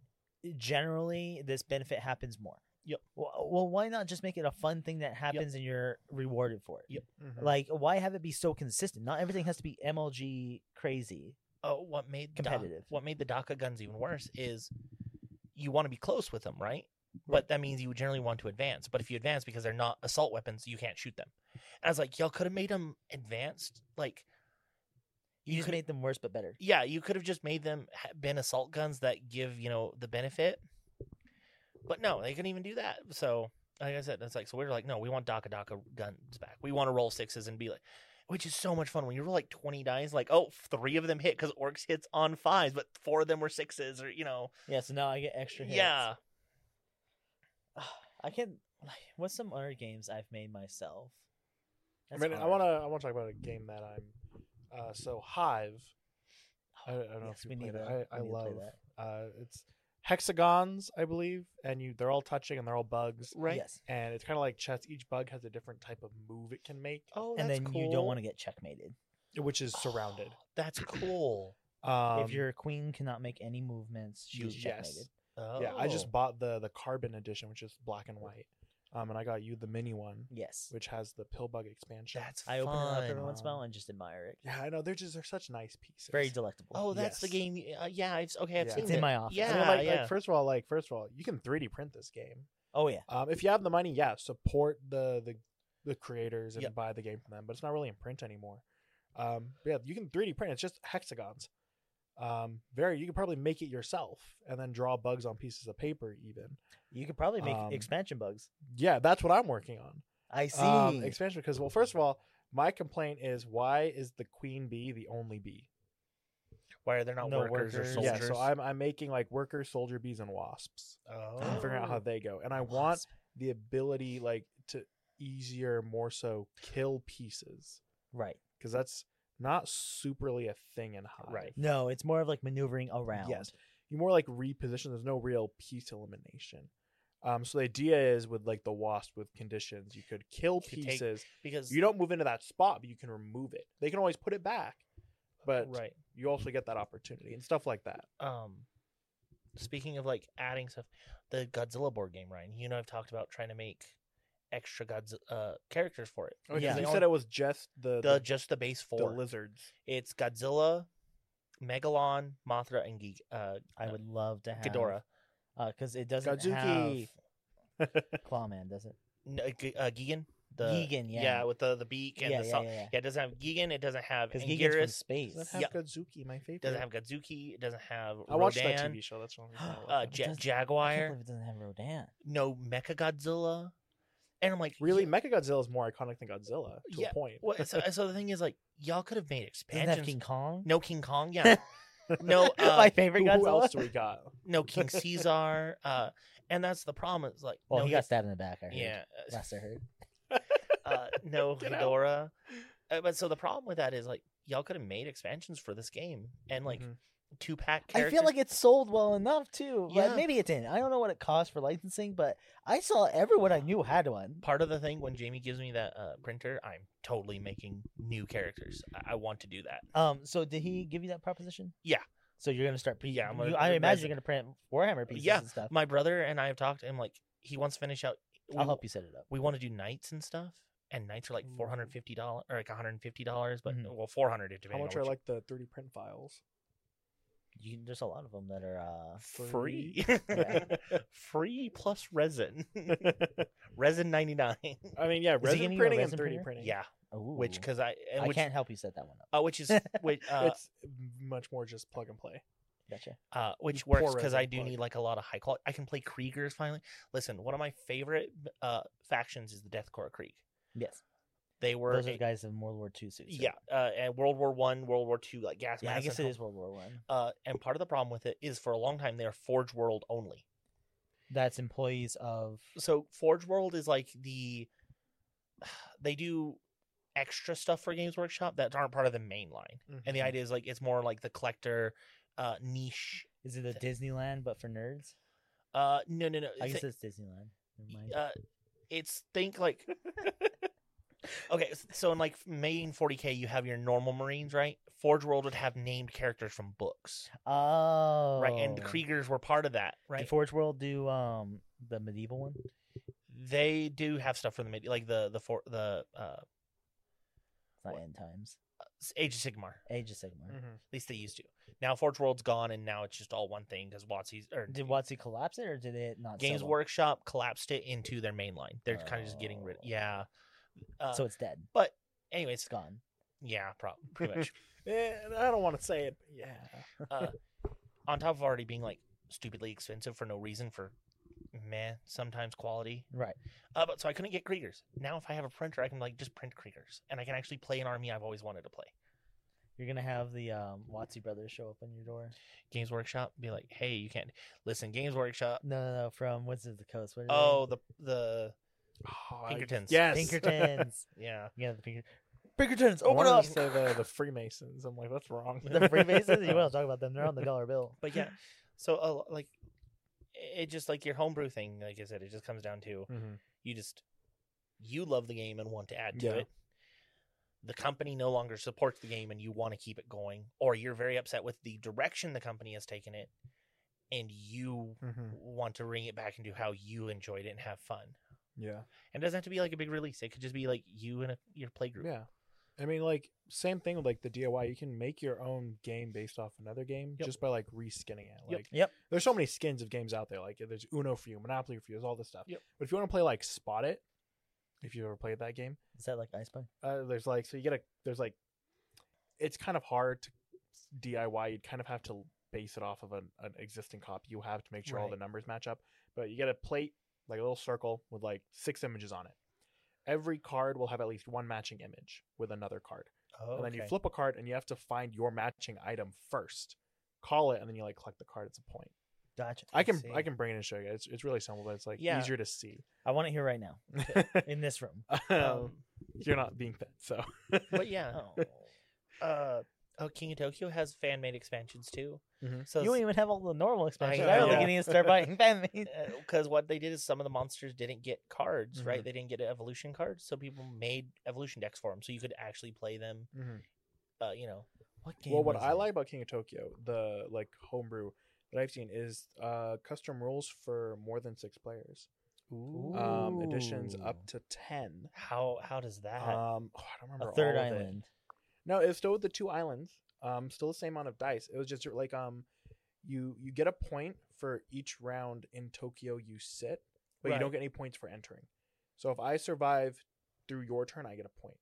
A: generally this benefit happens more.
B: Yep.
A: Well, well, why not just make it a fun thing that happens and you're rewarded for it?
B: Yep.
C: Mhm.
A: Like, why have it be so consistent? Not everything has to be MLG crazy.
B: Oh, what made Da-
A: Competitive.
B: what made the Daka guns even worse is you want to be close with them, right? But that means you generally want to advance. But if you advance because they're not assault weapons, you can't shoot them. And I was like, y'all could have made them advanced. Like,
A: You, just
B: could-
A: made them worse but better.
B: yeah, you could have just made them ha- been assault guns that give you know the benefit, but no, they couldn't even do that. So like I said, it's like so we're like, no, we want Daka Daka guns back. We want to roll sixes and be like, which is so much fun when you roll like twenty dice, like oh, three of them hit because orcs hits on fives, but four of them were sixes or you know,
A: [gasps] Yeah. So now I get extra hits.
B: yeah.
A: [sighs] I can. What's some other games I've made myself?
C: I
A: That's
C: mean, I
A: hard.
C: want to. I want to talk about a game that I'm. Uh, so Hive. I, I don't know
A: Oh, Yes,
C: if
A: we
C: you
A: need
C: played
A: to-
C: it. I, I
A: we need to play
C: love.
A: that.
C: Uh, it's hexagons, I believe, and you they're all touching and they're all bugs,
B: right?
A: Yes.
C: and it's kind of like chess. Each bug has a different type of move it can make,
B: Oh,
A: and
B: that's
A: then
B: cool.
A: you don't want to get checkmated.
C: which is surrounded.
B: Oh, [gasps] that's cool.
C: Um,
A: Oh, if your queen cannot make any movements, she's
C: yes.
A: checkmated.
B: Oh.
C: yeah, I just bought the the carbon edition, which is black and white, um, and I got you the mini one,
A: Yes.
C: which has the pill bug expansion.
B: That's
A: I open it up every
B: fun.
A: once in a
C: um,
A: while and just admire it.
C: yeah, I know they're just they're such nice pieces.
A: Very delectable.
B: Oh, that's the
C: Yes.
B: game. y- Uh, yeah, I've, s- okay, I've
C: Yeah.
B: seen
A: It's in
B: it.
A: my office.
C: I mean,
B: Yeah,
C: like, like,
B: yeah.
C: first of all, like first of all, you can 3D print this game.
A: Oh yeah.
C: Um, if you have the money, yeah, support the the, the creators and
B: Yeah.
C: buy the game from them. But it's not really in print anymore. Um, but yeah, you can 3D print. It's just hexagons. Um, very. You could probably make it yourself and then draw bugs on pieces of paper. Even
A: You could probably make
C: Um,
A: expansion bugs.
C: yeah, that's what I'm working on.
A: I see.
C: Um, expansion because well, first of all, my complaint is why is the queen bee the only bee?
B: Why are there not
A: No
B: workers, or
A: workers.
B: soldiers?
C: Yeah, so I'm I'm making like workers, soldier bees, and wasps.
A: [gasps]
B: oh.
C: I'm figuring out how they go, and I want the ability like to easier more so kill pieces
A: right.
C: because that's not superly a thing in Hive.
B: Right.
A: No, it's more of like maneuvering around.
C: Yes. You more like reposition. There's no real piece elimination. Um, so the idea is with like the wasp with conditions, you could kill
B: You could take-
C: pieces.
B: because
C: You don't move into that spot, but you can remove it. They can always put it back, but
B: right.
C: you also get that opportunity and stuff like that.
B: Um, speaking of like adding stuff, the Godzilla board game, Ryan. You know, I've talked about trying to make extra Godzilla uh, characters for it.
A: Okay, Yeah.
C: you
B: They
C: said
B: only-
C: it was just the
B: the,
C: the,
B: just the base
C: the
B: four.
C: lizards.
B: It's Godzilla, Megalon, Mothra, and Geek, uh,
A: I would love to have
B: Ghidorah.
A: because it doesn't
C: Godzuki.
A: have Clawman, does it?
B: N- uh, G- uh, Gigan. The
A: Gigan, yeah.
B: yeah, with the the beak and
A: Yeah,
B: the
A: yeah,
B: saw-
A: yeah, yeah.
B: Yeah, it doesn't have Gigan. It doesn't have
A: Because Gigan's from
B: Anguirus.
A: space.
C: [laughs] Doesn't have
B: Yeah.
C: Godzuki, my favorite.
B: doesn't have Godzuki. It doesn't have
C: I watched
B: Rodan.
C: that TV show. That's one [gasps] reason. I
B: [gasps] Uh, ja-
C: love it.
A: doesn't- I can't
B: Jaguar.
A: believe it doesn't have Rodan.
B: No Mecha Godzilla. And I'm like,
C: [laughs] Really,
B: yeah,
C: Mechagodzilla is more iconic than Godzilla to
B: Yeah,
C: a point.
B: what- so, so the thing is, like, y'all could have made
A: Doesn't have
B: expansions.
A: King Kong.
B: No King Kong. Yeah. [laughs] no.
A: [laughs]
B: Uh,
A: my favorite
C: Who,
A: Godzilla.
C: who else [laughs] do we got?
B: no King Caesar. Uh, and that's the problem. It's like,
A: Well,
B: no,
A: he got stabbed in the back. I heard.
B: yeah, uh,
A: Last I heard.
B: [laughs] uh, no
C: Get out.
B: Ghidorah. Uh, but so the problem with that is like y'all could have made expansions for this game and like
C: Mhm.
B: two pack.
A: Mm-hmm. I feel like it sold well enough too. but
B: Yeah.
A: maybe it didn't. I don't know what it cost for licensing, but I saw everyone I knew had one.
B: part of the thing when Jamie gives me that uh, printer, I'm totally making new characters. I, I want to do that.
A: Um, so did he give you that proposition?
B: Yeah.
A: So you're gonna start. Pre-
B: Yeah, I'm gonna-
A: you- I
B: I'm
A: imagine you're gonna print Warhammer pieces
B: Yeah,
A: and stuff.
B: My brother and I have talked, and like he wants to finish out. We,
A: I'll help you set it up.
B: We want to do nights and stuff, and nights are like
A: Mm.
B: four hundred fifty dollars or like one hundred fifty dollars, but
A: Mhm.
B: well, four hundred
C: How
B: depending
C: much
B: on
C: are
B: which-
C: like the 3D print files?
A: You, there's a lot of them that are. uh
B: free,
A: Yeah.
B: [laughs] free plus
A: [laughs]
B: resin, resin ninety nine.
C: I mean, yeah,
A: getting
C: resin
A: you a
C: printing
A: resin
C: and 3D
A: printer?
C: printing.
B: Yeah, which
A: ooh,
B: because I and
A: I
B: which,
A: can't help you set that one up.
B: uh, which is
A: [laughs]
B: which uh,
C: it's much more just plug and play.
A: Gotcha.
B: uh, which
C: pour
B: works because I
C: resin,
B: do
C: plug.
B: need like a lot of high quality. I can play Kriegers finally. Listen, one of my favorite uh, factions is the Deathcore Krieg.
A: Yes.
B: They were
A: Those are
B: a-
A: the guys in World War II suits. right?
B: yeah, uh, and World War One, World War Two, like gas
A: Yeah, I
B: masks
A: guess it
B: and
A: is World War One.
B: Uh, and part of the problem with it is for a long time they're Forge World only.
A: That's employees of.
B: So Forge World is like the [sighs] they do extra stuff for Games Workshop that aren't part of the main line. And
A: Mm-hmm.
B: the
C: Mhm.
B: idea is like it's more like the collector uh, niche.
A: Is it a Disneyland but for nerds?
B: Uh, no, no, no.
A: I
B: thi-
A: guess it's Disneyland. Never mind.
B: uh, it's
A: [laughs]
B: think like okay s- so in like main 40k you have your normal marines right forge world would have named characters from books
A: oh.
B: right and the kriegers were part of that
A: Did
B: right
A: Forge World do um the medieval one? It's
B: they do have stuff from the mid like the the for the uh
A: not
B: What?
A: End Times.
B: s- age of sigmar
A: Age of Sigmar.
C: Mhm.
B: at least they used to now forge world's gone and now it's just all one thing because watsy's or
A: Did Watsy collapse it or did it not? sell
B: games
A: well?
B: workshop collapsed it into their main line they're kind of just getting rid
A: Oh.
B: yeah uh,
A: so it's dead.
B: but
A: It's
B: anyways
A: gone.
B: yeah prob- pretty much
C: Eh, I don't want to say it. but Yeah.
B: on top of already being like stupidly expensive for no reason for meh sometimes quality
A: Right.
B: uh, but so i couldn't get kriegers now if i have a printer i can like just print kriegers and i can actually play an army i've always wanted to play
A: You're gonna have the um, Watsy brothers show up on your door.
B: Games Workshop be like, hey, you can't listen. Games Workshop.
A: No, no, no. From Wizards of the Coast. What are they?
B: Oh, the the
C: Oh, I-
B: Pinkertons.
C: yes. [laughs]
B: [laughs]
A: Pinkertons.
B: yeah.
A: yeah, the Pinker- Pinkertons.
C: I
A: Open
C: wanted
A: up.
C: to say [laughs] the, the Freemasons. I'm like, that's wrong.
A: [laughs] the Freemasons.
C: [laughs]
A: You want to talk about them? They're on the dollar bill.
B: But yeah, so a lo- like it just like your homebrew thing. Like I said, it just comes down to
C: Mhm.
B: you just you love the game and want to add to
C: Yeah.
B: it. The company no longer supports the game and you want to keep it going, or you're very upset with the direction the company has taken it, and you
C: Mhm.
B: want to bring it back into how you enjoyed it and have fun.
C: Yeah.
B: And it doesn't have to be like a big release. It could just be like you and a, your playgroup.
C: Yeah. I mean, like, same thing with like the DIY. You can make your own game based off another game
B: Yep.
C: just by like reskinning it.
B: Yep.
C: Like,
A: Yep.
C: there's so many skins of games out there. Like, there's Uno for you, Monopoly for you, there's all this stuff.
B: Yep.
C: But if you want to play like Spot It, if you've ever played that game,
A: Is that like Ice Pine?
C: uh, there's like, so you get a, there's like, it's kind of hard to DIY. You'd kind of have to base it off of an, an existing copy you have to make sure all
B: Right.
C: the numbers match up. But you get a plate, like a little circle with like six images on it. Every card will have at least one matching image with another card
B: Oh,
C: and then you flip a card and you have to find your matching item first call it and then you like collect the card it's a point
A: Gotcha.
C: i can
B: see.
C: i can bring it and show you it's, it's really simple but it's like
B: Yeah.
C: easier to see
A: I want it here right now in this room.
C: um,
B: [laughs] Um,
C: [laughs] you're not being fed so
B: but
C: [laughs]
B: yeah,
A: Oh.
B: uh, oh, King of Tokyo has fan made expansions too.
C: Mhm.
B: So
A: you don't even have all the normal expenses. I
B: know.
A: don't think you need to start buying [laughs] fan made.
B: because uh, what they did is some of the monsters didn't get cards, right?
C: Mhm.
B: They didn't get evolution cards, so people made evolution decks for them, so you could actually play them.
C: Mhm.
B: Uh, you know,
A: What game?
C: well what
A: was
C: i
A: it?
C: like about king of tokyo the like homebrew that i've seen is uh custom rules for more than six players um additions up to 10
B: how how does that?
C: um oh, i don't remember
A: a third
C: all of it.
A: island.
C: No, it's still with the two islands. Um, still the same amount of dice. It was just like um, you you get a point for each round in Tokyo you sit, but you don't
B: Right.
C: get any points for entering. So if I survive through your turn, I get a point.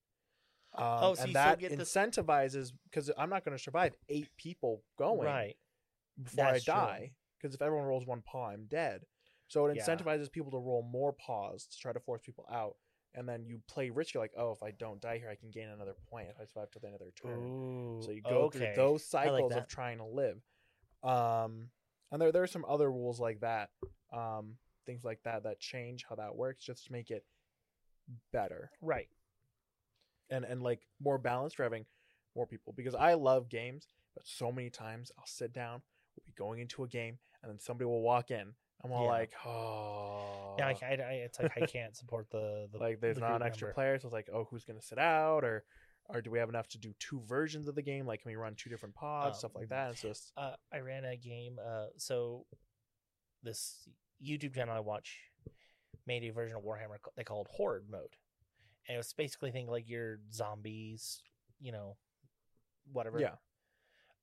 C: Um,
B: Oh, so you
C: and
B: still
C: that
B: get this-
C: incentivizes because I'm not going to survive eight people going
B: right.
C: before
B: That's
C: I
B: true.
C: die. Because if everyone rolls one paw, I'm dead. So it
B: Yeah.
C: incentivizes people to roll more paws to try to force people out. And then you play rich. You're like, oh, if I don't die here, I can gain another point if I survive till the end of their turn.
B: Ooh.
C: So you go
B: okay.
C: through those
A: like
C: cycles of
A: that.
C: trying to live. Um, and there there are some other rules like that, um, things like that that change how that works just to make it better
B: right.
C: and and like more balanced for having more people because I love games, but so many times I'll sit down, we'll be going into a game, and then somebody will walk in. I'm all
B: Yeah.
C: like, oh,
B: Yeah, I, I, I, it's like I can't support the, the
C: like there's
B: the
C: not
B: group
C: an extra
B: number.
C: player, so it's like, oh, who's gonna sit out, or or do we have enough to do two versions of the game? Like, can we run two different pods, stuff
B: Um,
C: like that? It's just
B: uh, I ran a game. Uh, so this YouTube channel I watch made a version of Warhammer ca- they called Horde Mode, and it was basically think like your zombies, you know, whatever.
C: Yeah.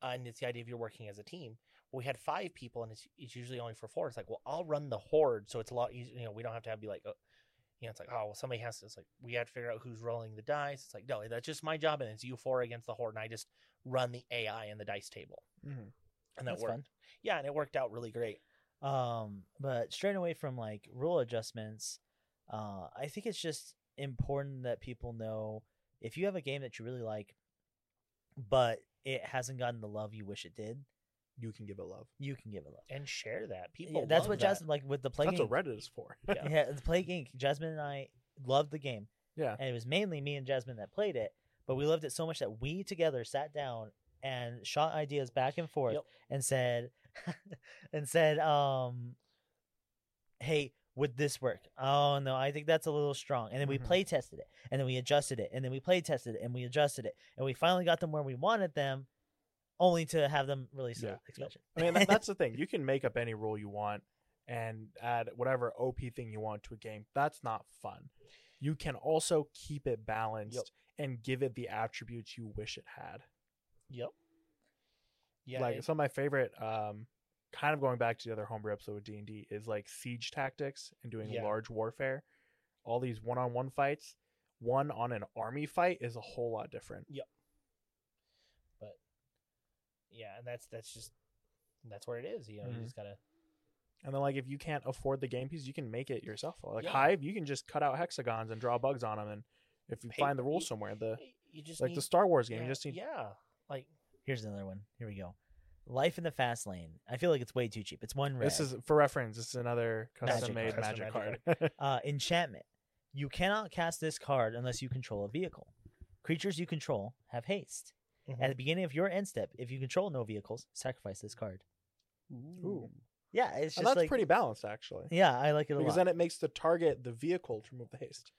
B: Uh, and it's the idea of you're working as a team. We had five people, and it's, it's usually only for four. It's like, well, I'll run the horde, so it's a lot easier. You know, we don't have to have be like, uh, you know, it's like, oh, well, somebody has to. It's like we have to figure out who's rolling the dice. It's like, no, that's just my job, and it's you four against the horde, and I just run the AI and the dice table
C: Mhm.
B: and that
A: That's
B: worked.
A: fun.
B: Yeah, and it worked out really great.
A: Um, but straight away from like rule adjustments, uh, I think it's just important that people know if you have a game that you really like, but it hasn't gotten the love you wish it did,
C: you can give it love.
A: you can give it love.
B: And share that people.
A: Yeah, that's
B: love
A: what
B: that.
A: Jasmine like with the play.
C: That's
A: Inc.
C: what Reddit is for.
B: Yeah.
A: yeah, the Plague Inc. Jasmine and I loved the game,
C: Yeah.
A: and it was mainly me and Jasmine that played it. But we loved it so much that we together sat down and shot ideas back and forth,
B: Yep.
A: and said, [laughs] and said, um, "Hey, would this work? Oh no, I think that's a little strong." And then we
C: Mhm.
A: play tested it, and then we adjusted it, and then we play tested it, and we adjusted it, and we finally got them where we wanted them, only to have them release
C: Yeah.
A: the
C: Yep.
A: expansion.
C: I mean, that, that's the [laughs] thing. You can make up any rule you want and add whatever OP thing you want to a game. That's not fun. You can also keep it balanced and give it the attributes you wish it had.
B: Yep. Yeah.
C: like
B: it-
C: some of my favorite, um, kind of going back to the other homebrew episode with D and D is like siege tactics and doing
B: Yeah.
C: large warfare. All these one-on-one fights. One on an army fight is a whole lot different.
B: yeah, and that's that's just that's where it is. You know,
C: Mhm.
B: you just gotta.
C: And then, like, if you can't afford the game piece, you can make it yourself. Like
B: Yeah.
C: Hive, you can just cut out hexagons and draw bugs on them, and if you
B: Paper-
C: find the
B: you-
C: rules somewhere, the
B: You just
C: like
B: need,
C: the Star Wars game, you just need
B: yeah. Like
A: Here's another one. Here we go. Life in the fast lane. I feel like it's way too cheap. It's one red.
C: This is for reference. This is another custom made
B: card.
C: magic,
B: Custom
C: card.
B: magic
A: uh, enchantment. You cannot cast this card unless you control a vehicle. Creatures you control have haste. At
B: Mhm.
A: the beginning of your end step, if you control no vehicles, sacrifice this card.
C: [laughs] Ooh.
A: Yeah, it's just
C: And that's
A: like
C: pretty balanced actually.
A: yeah, I like it a
C: Because
A: lot.
C: then it makes the target the vehicle to remove the haste.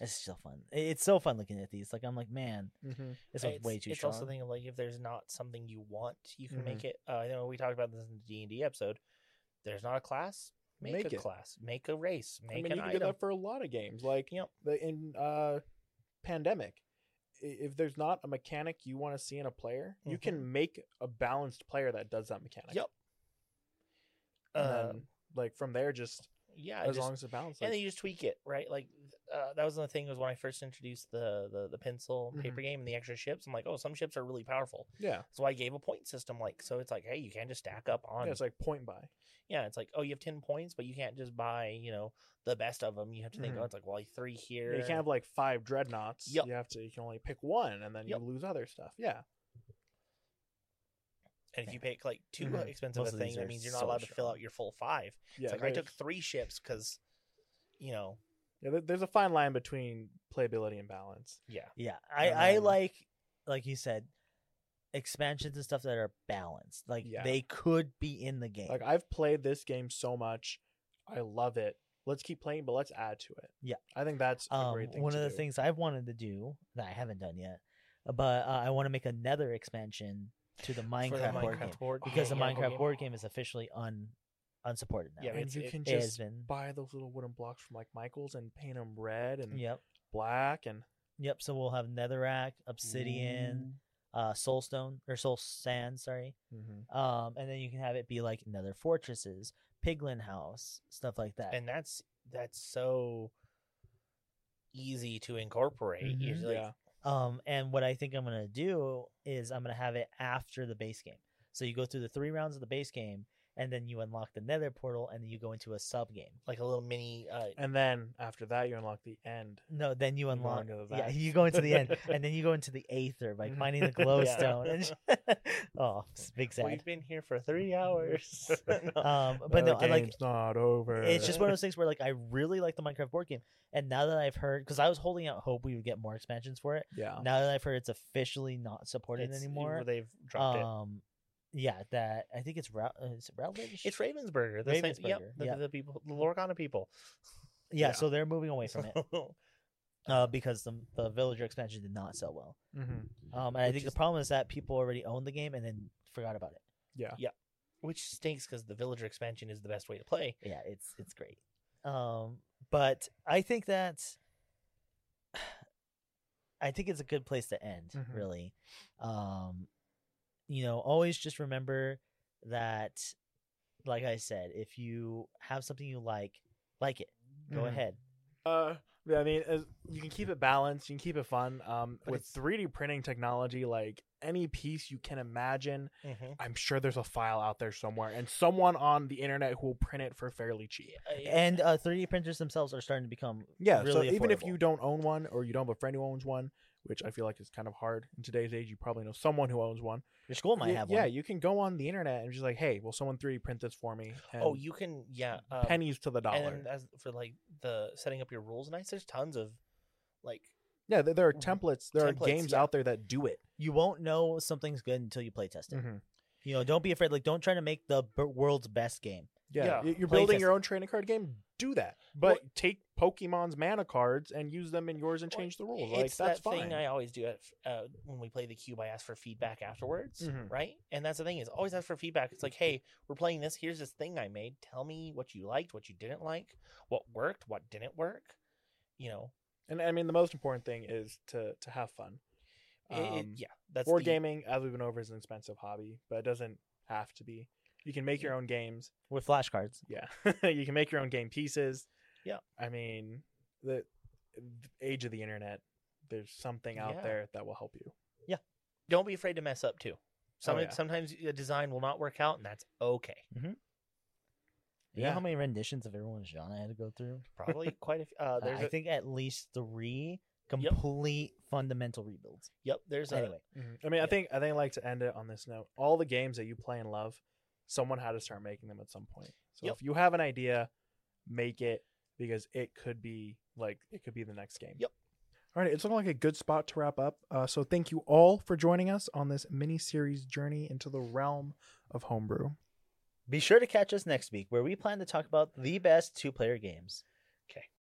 A: It's still fun. I- It's so fun looking at these. Like I'm like, man,
C: Mm-hmm.
A: this
B: Uh,
A: one's way too
B: It's
A: strong.
B: also the thing of like if there's not something you want, you can
C: Mhm.
B: make it. Uh, I know we talked about this in the D and D episode. There's not a class, make,
C: Make
B: a
C: it.
B: class, make a race,
C: I
B: make
C: mean, you
B: an
C: can do
B: item.
C: that for a lot of games. Like
B: Yep.
C: the in uh, pandemic, i- if there's not a mechanic you want to see in a player, you
B: Mm-hmm.
C: can make a balanced player that does that mechanic.
B: Yep.
C: And
B: Uh,
C: then, like from there, just
B: yeah,
C: as
B: just-
C: long as it's balanced.
B: and
C: like-
B: then you just tweak it, right? Like uh, that was the thing was when I first introduced the the, the pencil and
C: Mhm.
B: paper game and the extra ships. I'm like, oh, some ships are really powerful,
C: yeah.
B: so I gave a point system. Like, so it's like, hey, you can't just stack up on.
C: yeah, it's like point by.
B: yeah, it's like, oh, you have ten points, but you can't just buy, you know, the best of them. You have to think,
C: Mhm.
B: oh, it's like, well, like three here.
C: You can't have like five dreadnoughts.
B: Yep.
C: You have to. You can only pick one, and then
B: Yep.
C: you lose other stuff. Yeah.
B: And if you pick like 2
C: Mhm.
B: expensive
A: Most
B: a
A: of
B: thing,
A: these
B: that
A: are
B: means you're not
A: so
B: allowed to fill
A: strong.
B: out your full five.
C: Yeah.
B: it's like I
C: there's-
B: took three ships because, you know,
C: yeah, there- there's a fine line between playability and balance.
B: yeah,
A: Yeah, I,
C: And
A: I
C: then-
A: like, like you said, expansions and stuff that are balanced. Like
C: Yeah.
A: they could be in the game.
C: Like I've played this game so much, I love it. Let's keep playing, but let's add to it.
A: Yeah.
C: I think that's a
A: um,
C: great thing.
A: one
C: to
A: of the
C: do.
A: things I've wanted to do that I haven't done yet, but uh, I want to make another expansion to the Minecraft,
B: for the
A: board
B: Minecraft
A: game
B: board
A: because the
B: game, yeah,
A: Minecraft
B: game.
A: board game is officially un unsupported now.
B: Yeah,
C: and
B: it's-
C: you
B: it-
C: can
A: it has
C: just
A: been-
C: buy those little wooden blocks from like Michaels and paint them red and
A: Yep.
C: black and
A: Yep. So we'll have Netherrack, Obsidian, uh, Soulstone or Soul Sand, sorry.
C: Mhm.
A: Um, and then you can have it be like Nether Fortresses, Piglin House, stuff like that.
B: and that's that's so easy to incorporate. You're
A: Mhm.
B: just like,
C: Mm-hmm. yeah,
A: Um, and what I think I'm gonna do is I'm gonna have it after the base game. So you go through the three rounds of the base game, and then you unlock the Nether portal, and then you go into a sub game.
B: like a little mini. Uh,
C: and then after that you unlock the end.
A: No, then you
C: You go
A: unlock.
C: into the
A: Yeah,
C: vast.
A: you go into the end, and then you go into the aether by
C: Mhm.
A: finding the
C: Yeah.
A: glowstone. [laughs] And oh, it's big sad.
B: [laughs] We've been here for three [laughs] hours. No.
A: Um, but
C: the
A: no, I like
C: game's not over.
A: it's
B: [laughs]
A: just one of those things where like I really like the Minecraft board game, and now that I've heard, because I was holding out hope we would get more expansions for it.
C: yeah.
A: Now that I've heard it's officially not supported
B: Oh. It's-
A: anymore,
B: They've dropped it.
A: um, yeah, that I think it's Rou- uh, is it Routledge?
B: It's Ravensburger. The same, yep,
A: Ravensburger,
B: the,
A: yeah.
B: the people, the Lorcana people.
A: yeah,
C: yeah.
A: So they're moving away from it
B: [laughs]
A: uh, because the the villager expansion did not sell well.
C: Mhm.
A: Um, and I
B: Which
A: think
B: is-
A: the problem is that people already owned the game and then forgot about it.
C: yeah,
B: Which stinks because the villager expansion is the best way to play.
A: Yeah, it's it's great. Um, but I think that [sighs] I think it's a good place to end.
C: Mhm.
A: Really, um, you know, always just remember that, like I said, if you have something you like, like it. Go
C: Mhm.
A: ahead.
C: Uh, yeah, I mean, as, you can keep it balanced, you can keep it fun. Um,
B: But
C: with
B: it's-
C: 3D printing technology, like any piece you can imagine,
B: Mm-hmm.
C: I'm sure there's a file out there somewhere, and someone on the internet who will print it for fairly cheap.
A: and uh, 3D printers themselves are starting to become
C: Yeah, so
A: really
C: even if
A: affordable.
C: you don't own one or you don't have a friend who owns one, which I feel like is kind of hard in today's age, you probably know someone who owns one.
A: your school might
C: Y-
A: have
C: yeah,
A: one.
C: you can go on the internet and just like, hey, will someone 3D print this for me? And
B: oh, you can yeah. Uh,
C: pennies to the
B: and
C: dollar.
B: then as for like the setting up your rules nights, there's tons of like
C: yeah, there, there are
B: Mhm.
C: templates. There
B: Templates,
C: are games
B: yeah.
C: out there that do it.
A: You won't know something's good until you play test it.
C: Mhm.
A: You know, don't be afraid. Like, don't try to make the b- world's best game.
C: Yeah,
B: Yeah.
C: y- you're
A: Play
C: building
A: test
C: your own trading card game. Do that, but take Pokemon's mana cards and use them in yours and
B: Well,
C: change the rules. Like
B: it's
C: that's
B: that
C: fine.
B: thing I always do at, uh, when we play the cube. I ask for feedback afterwards,
C: Mhm.
B: right? And that's the thing is always ask for feedback. It's like, hey, we're playing this. Here's this thing I made. Tell me what you liked, what you didn't like, what worked, what didn't work. You know,
C: And I mean, the most important thing is to to have fun.
B: It- it-
C: Um,
B: yeah, that's
C: board
B: the-
C: gaming, as we've been over, is an expensive hobby, but it doesn't have to be. You can make your own games.
A: with flashcards.
C: Yeah, [laughs] you can make your own game pieces.
B: Yeah.
C: I mean, the, the age of the internet. There's something out
B: Yeah.
C: there that will help you.
B: Don't be afraid to mess up too. Some,
C: Oh, yeah.
B: Sometimes a design will not work out, and that's okay.
A: You know
C: Yeah.
A: how many renditions of everyone's genre I had to go through?
B: Probably
C: [laughs]
B: quite a. f- Uh,
A: Uh,
B: there's
A: I
B: a-
A: think at least three Complete fundamental rebuilds.
B: Yep, there's a
A: Anyway,
C: Mhm. I mean, I
B: Mm-hmm. Yeah.
C: think I think I like to end it on this note. All the games that you play and love, someone had to start making them at some point. So
B: Yep.
C: if you have an idea, make it because it could be like it could be the next game.
B: Yep.
D: All right, it's looking like a good spot to wrap up. Uh, so thank you all for joining us on this mini series journey into the realm of homebrew.
A: be sure to catch us next week where we plan to talk about the best two player games.